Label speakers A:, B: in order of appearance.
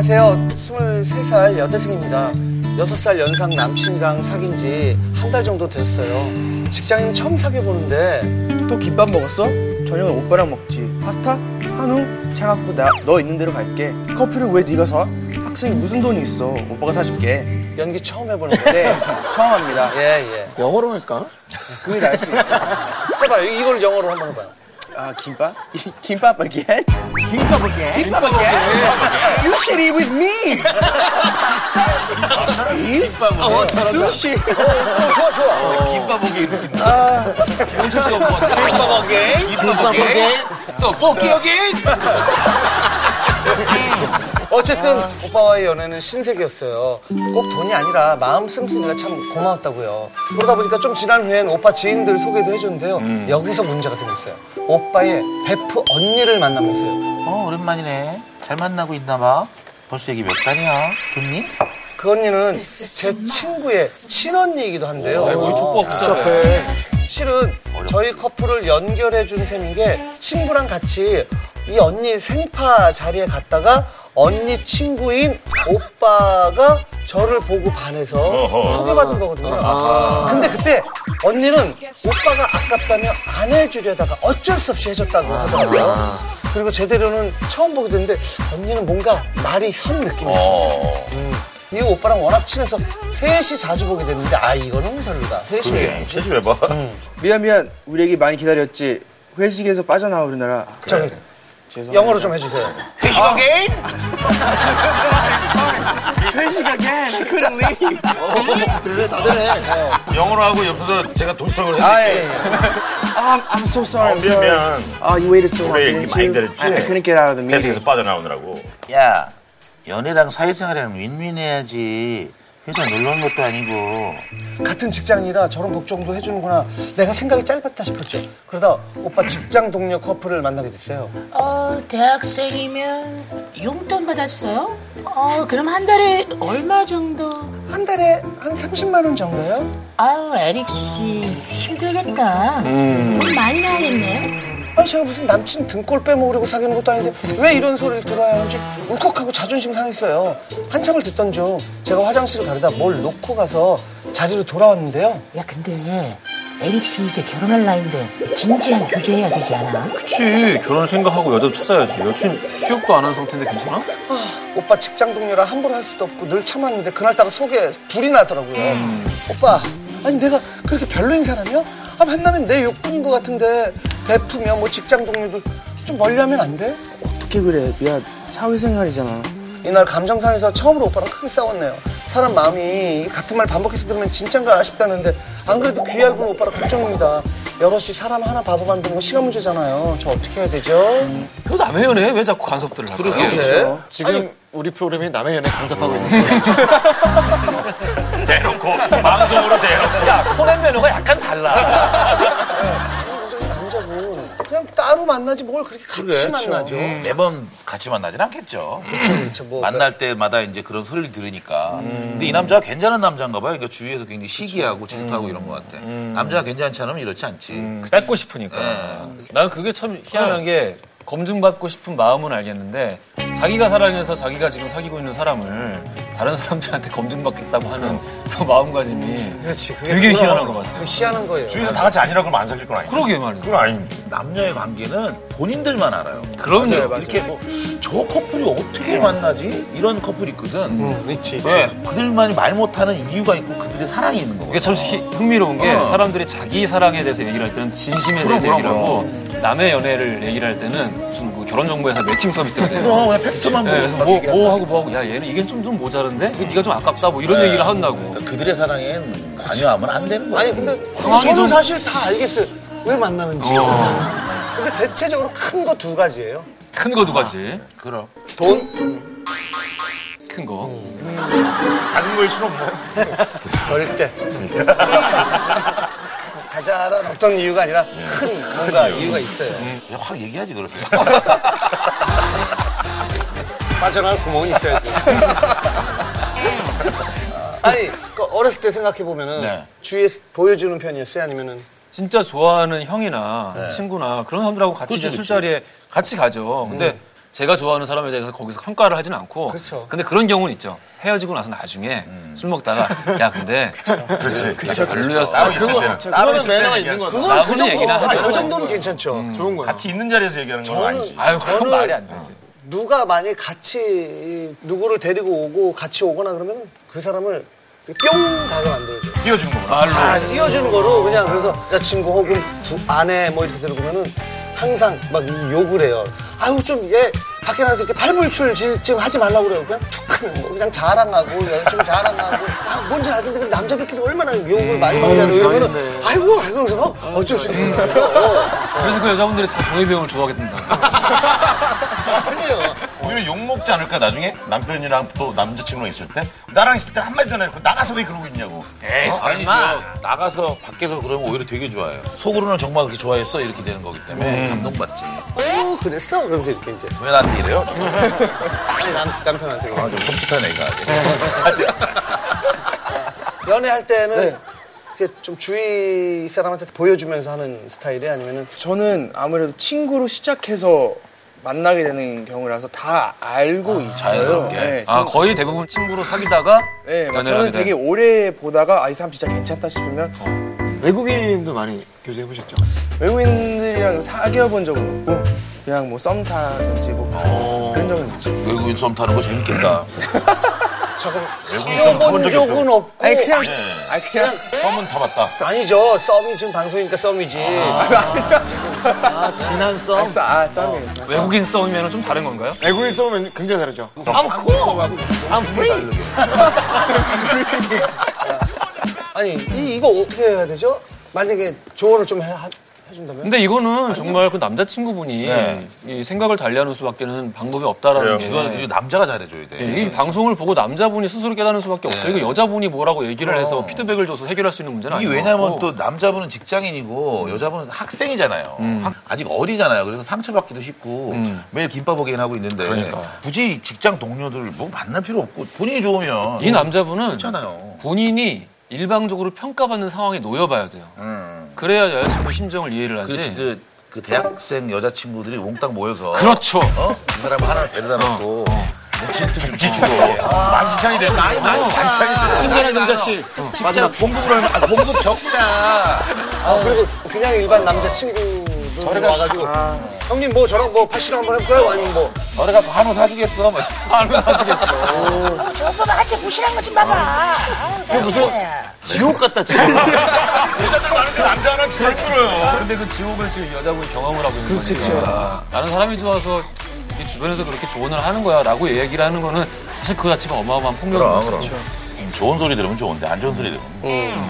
A: 안녕하세요. 23살 여대생입니다. 6살 연상 남친이랑 사귄 지 한 달 정도 됐어요. 직장인 처음 사귀어보는데
B: 또 김밥 먹었어? 저녁은 오빠랑 먹지. 파스타? 한우? 차 갖고 나 너 있는 대로 갈게. 커피를 왜 네가 사? 학생이 무슨 돈이 있어? 오빠가 사줄게.
A: 연기 처음 해보는 건데
B: 처음 합니다.
A: 예, 예.
C: 영어로 할까?
B: 그게 나을 수 있어.
A: 해봐요. 이- 이걸 영어로 한번 해봐요.
B: 아 김밥? 이- 김밥 again? 김밥 again? 김밥 again? You should eat with me. 파스타? 김밥? 어,
D: 아,
B: 수시.
A: 어, 좋아, 좋아.
E: 김밥오게 이렇게
D: 아.
E: 어쩔 수 없고 김밥오게 김밥오게 또 뽑기 오게
A: 어쨌든 오빠와의 연애는 신세계였어요. 꼭 돈이 아니라 마음 씀씀이가 참 고마웠다고요. 그러다 보니까 좀 지난 후엔 오빠 지인들 소개도 해줬는데요. 여기서 문제가 생겼어요. 오빠의 베프 언니를 만나면서요.
E: 어 오랜만이네 잘 만나고 있나봐 벌써 얘기 몇 달이야 좋니?
A: 그 언니는 제 친구의 친언니이기도 한데요. 아.
E: 촉구가
A: 실은 저희 커플을 연결해 준 셈인 게 친구랑 같이 이 언니 생파 자리에 갔다가 언니 친구인 오빠가 저를 보고 반해서 소개받은 거거든요. 근데 그때 언니는 오빠가 아깝다며 안 해주려다가 어쩔 수 없이 해줬다고 하더라고요. 그리고 제대로는 처음 보게 됐는데 언니는 뭔가 말이 선 느낌이었어요. 이 오빠랑 워낙 친해서 셋이 자주 보게 됐는데 아 이거는 별로다. 셋이 왜 이러지?
F: 세집해봐.
B: 미안 미안. 우리 애기 많이 기다렸지. 회식에서 빠져나와 우리나라.
A: 저기
B: 죄송.
A: 영어로 좀 해주세요.
E: 오게
B: 회식 again. I couldn't leave.
F: 영어로 하고 옆에서 제가 도시락을 해드릴게요.
B: 아 예. I'm, I'm so sorry. I'm
F: 미안
B: sorry.
F: 미안.
B: 아, you waited so long.
F: 우리 얘기
B: didn't
F: 많이
B: you?
F: 들었지?
B: I, I couldn't get out of the meeting.
F: 계속해서 빠져나오느라고.
E: 야 연애랑 사회생활이랑 윈윈해야지 회사 놀러 온 것도 아니고
A: 같은 직장이라 저런 걱정도 해주는구나. 내가 생각이 짧았다 싶었죠. 그러다 오빠 직장 동료 커플을 만나게 됐어요.
G: 어, 대학생이면 용돈 받았어요? 어, 그럼 한 달에 얼마 정도?
A: 한 달에 한 30만 원 정도요?
G: 아유, 에릭 씨 힘들겠다. 돈 많이 나겠네.
A: 아니 제가 무슨 남친 등골 빼먹으려고 사귀는 것도 아닌데 왜 이런 소리를 들어야 하는지 울컥하고 자존심 상했어요. 한참을 듣던 중 제가 화장실을 가려다 뭘 놓고 가서 자리로 돌아왔는데요.
G: 야, 근데 에릭 씨 이제 결혼할 나이인데 진지한 교제해야 되지 않아?
D: 그치 결혼 생각하고 여자도 찾아야지 여친 취업도 안 한 상태인데 괜찮아?
A: 아, 오빠 직장 동료라 함부로 할 수도 없고 늘 참았는데 그날따라 속에 불이 나더라고요. 오빠, 아니 내가 그렇게 별로인 사람이야? 아, 만나면 내 욕뿐인 것 같은데 베프며 뭐 직장 동료들 좀 멀리하면 안 돼?
B: 어떻게 그래? 야, 사회생활이잖아.
A: 이날 감정상에서 처음으로 오빠랑 크게 싸웠네요. 사람 마음이 같은 말 반복해서 들으면 진짠가 싶다는데 안 그래도 귀 얇은 오빠라 걱정입니다. 여럿이 사람 하나 바보 만드는 거 시간 문제잖아요. 저 어떻게 해야 되죠?
B: 음,
D: 그 남의 연애에 왜 자꾸 간섭들을 할까요?
B: 그렇죠.
A: 네.
C: 지금 우리 프로그램이 남의 연애 간섭하고 있는 거야.
F: 대놓고 방송으로 대놓고.
D: 야 코난 면허가 약간 달라
A: 저는 근데 이 남자분 뭐 그냥 따로 만나지 뭘 그렇게 같이 만나죠.
E: 음. 매번 같이 만나진 않겠죠
A: 그렇죠. 뭐 음.
E: 만날 때마다 이제 그런 소리를 들으니까. 근데 이 남자가 괜찮은 남자인가 봐요. 그러니까 주위에서 굉장히 시기하고 질투하고 이런 것 같아.
A: 음.
E: 남자가 괜찮지 않으면 이렇지 않지.
D: 그 뺏고
F: 네.
D: 싶으니까 난 그게 참 희한한 게 검증받고 싶은 마음은 알겠는데 자기가 살아면서 자기가 지금 사귀고 있는 사람을 다른 사람들한테 검증받겠다고 하는 그 마음가짐이
A: 그렇지. 그게
D: 되게
A: 그거-
D: 희한한 것 같아요
A: 그게 희한한 거예요.
F: 주위에서 다 같이 아니라 그러면 안 사귈 건 아니야.
D: 그러게 말이야
F: 그건 아닌데.
E: 남녀의 관계는 본인들만 알아요.
D: 그럼요
E: 이렇게 뭐 저 커플이 어떻게 만나지? 이런 커플이 있거든.
C: 네. 음, 있지, 있지.
E: 왜? 그들만이 말 못하는 이유가 있고 그들의 사랑이 있는 거거든.
D: 이게 참 희- 흥미로운 게
E: 어.
D: 사람들이 자기 사랑에 대해서 얘기를 할 때는 진심에 대해서
E: 그럼,
D: 얘기를 하고 남의 연애를 얘기를 할 때는 무슨 그 결혼 정보회사 매칭 서비스가 돼요.
E: 그럼 그냥 팩트만
D: 네,
E: 보고
D: 그래서 뭐, 뭐 하고 뭐 하고 야 얘는 이게 좀, 좀 모자른데 이거 네가 좀 아깝다 뭐 이런 얘기를 한다고
E: 그러니까 그들의 사랑엔 관여하면 안 되는 거야.
A: 아니 근데
D: 상황이
A: 저는
D: 좀-
A: 사실 다 알겠어요. 왜 만나는지.
D: 어.
A: 근데 대체적으로 큰 거 두 가지예요.
D: 큰 거 두 가지
E: 그럼.
A: 돈
D: 큰거
F: 작은 거일 순 없고.
A: 절대. 자잘한 어떤 이유가 아니라 큰 뭔가 이유가 있어요.
E: 그냥 확 얘기하지 그러세요.
A: 빠져나갈 구멍이 있어야지. 아니 그 어렸을 때 생각해 보면은
E: 네.
A: 주위에서 보여주는 편이었어요 아니면은
D: 네. 진짜 좋아하는 형이나 친구나 그런 사람들하고 같이 이제 술자리에 같이 가죠. 근데 제가 좋아하는 사람에 대해서 거기서 평가를 하진 않고
A: 그렇죠.
D: 근데 음. 그런 경우는 있죠. 헤어지고 나서 나중에 술 먹다가 야 근데
F: 그렇지.
D: 나 별로였어.
F: 따로 있을 때는.
C: 나름
F: 진짜
C: 매너가
F: 얘기할
C: 있는
F: 수
C: 거죠.
A: 그건 그
D: 나군이 얘기나
A: 정도, 아니,
D: 하죠. 음.
A: 그 정도는 괜찮죠.
C: 좋은 거야.
F: 같이 있는 자리에서 얘기하는 건 아니지.
D: 아유 그건
A: 저는-
D: 말이 안 되지.
A: 누가 만약 같이 누구를 데리고 오고 같이 오거나 그러면 그 사람을 뿅 가게 만들죠.
F: 띄워주는 거구나.
A: 아, 띄워주는 거로 그냥 그래서 여자친구 혹은 부- 아내 뭐 이렇게 들으면은 항상 막 이 욕을 해요. 아유 좀 얘 밖에 나가서 이렇게 팔불출 질- 지금 하지 말라고 그래요. 그냥 툭 하면 뭐 그냥 자랑하고 여자친구 자랑하고 아, 뭔지 알겠는데 그 남자들끼리 얼마나 욕을 많이
F: 음,
A: 먹냐고 이러면은 아이고 아이고 그래서 어, 어쩔 수 없는 거예요. 어,
D: 그래서 그 여자분들이 다 동해병을 좋아하게 된다.
A: 아니에요.
F: 오히려 욕먹지 않을까 나중에 남편이랑 또 남자친구랑 있을 때 나랑 있을 때 한마디도 안 해놓고 나가서 왜 그러고 있냐고
E: 에이, 어, 아니죠. 나가서 밖에서 그러면 오히려 되게 좋아해요. 속으로는 정말 그렇게 좋아했어 이렇게 되는 거기
D: 음.
E: 때문에 감동받지.
A: 어 그랬어? 그러면서 이렇게 이제
E: 왜 나한테 이래요?
A: 아니 남, 남편한테 그래요.
E: 아, 좀 섭섭한 애가.
D: 네.
A: 연애할 때는
B: 네.
A: 이렇게 좀 주위 사람한테 보여주면서 하는 스타일이 아니면은
B: 저는 아무래도 친구로 시작해서 만나게 되는 경우라서 다 알고
F: 아,
B: 있어요.
E: 자연스럽게.
B: 네,
D: 아 거의 대부분 친구로 사귀다가
B: 네,
D: 연애를 하게
B: 저는
D: 되는.
B: 되게 오래 보다가 아 이 사람 진짜 괜찮다 싶으면
F: 어.
C: 외국인도 많이 교제해 보셨죠?
B: 외국인들이랑 사귀어 본 적은 없고 그냥 뭐 썸 타든지 뭐
F: 어.
B: 그런 적은 있죠.
E: 외국인 썸 타는 거 재밌겠다.
A: 잠깐 사귀어본 적은 없고
B: 아니 그냥
F: 네.
B: 아니 그냥
A: 그냥
F: 썸은 타봤다
A: 아니죠 썸이 지금 방송이니까 썸이지
C: 아 진한 썸.
B: 아, 아 썸이에요.
D: 외국인 싸움이면 좀 다른 건가요?
C: 외국인 썸은 굉장히 다르죠.
A: 아니 이, 이거 어떻게 해야 되죠? 만약에 조언을 좀 해, 하- 해준다면
D: 근데 이거는 정말 그 남자친구분이
E: 네.
D: 이 생각을 달리하는 수밖에는 방법이 없다라는
F: 그래요.
D: 게
E: 이건 네. 이거 남자가 잘해줘야 돼.
D: 예, 이 방송을 보고 남자분이 스스로 깨달은 수밖에 없어요. 이거 여자분이 뭐라고 얘기를 해서 피드백을 줘서 해결할 수 있는 문제는
E: 예. 어. 이
D: 아니고.
E: 왜냐면 또 남자분은 직장인이고 여자분은 학생이잖아요. 학- 아직 어리잖아요. 그래서 상처받기도 쉽고 매일 김밥 먹이긴 하고 있는데 굳이 직장 동료들 뭐 만날 필요 없고 본인이 좋으면
D: 이 남자분은
E: 괜찮아요.
D: 본인이 일방적으로 평가받는 상황에 놓여봐야 돼요.
E: 음.
D: 그래야 여자친구 심정을 이해를 하지.
E: 그렇지 그, 그 대학생 여자친구들이 몽땅 모여서
D: 예. 그렇죠.
E: 어? 이 사람 하나 데려다 놓고 뭐
F: 죽지 죽어 만시창이 돼서 아니
E: 아니,
C: 친절한 남자씨.
E: 진짜 아, 공급을 얼마 아, 공급 적다.
A: 아 그리고 그냥 일반 남자친구들 와가지고 형님 뭐 저랑 뭐 파시랑 한번 해볼까요? 아니면 뭐
E: 너네 가서 한우 사주겠어. 뭐 막
D: 안 사주겠어.
G: 오빠가 같이 무시한 거좀 봐봐. 아유, 짜증나.
C: 지옥 같다 지옥.
F: 여자들 많은데 남자 하나 진짜 힘들어요
D: 근데 그 지옥을 지금 여자분이 경험을 하고 있는 거니까. 나는 사람이 좋아서 이 주변에서 그렇게 조언을 하는 거야라고 얘기를 하는 거는
E: 그렇죠.
D: 사실 그 자체가 어마어마한 폭력인 거죠.
E: 그럼. 좋은 소리 들으면 좋은데 안 좋은 소리 들으면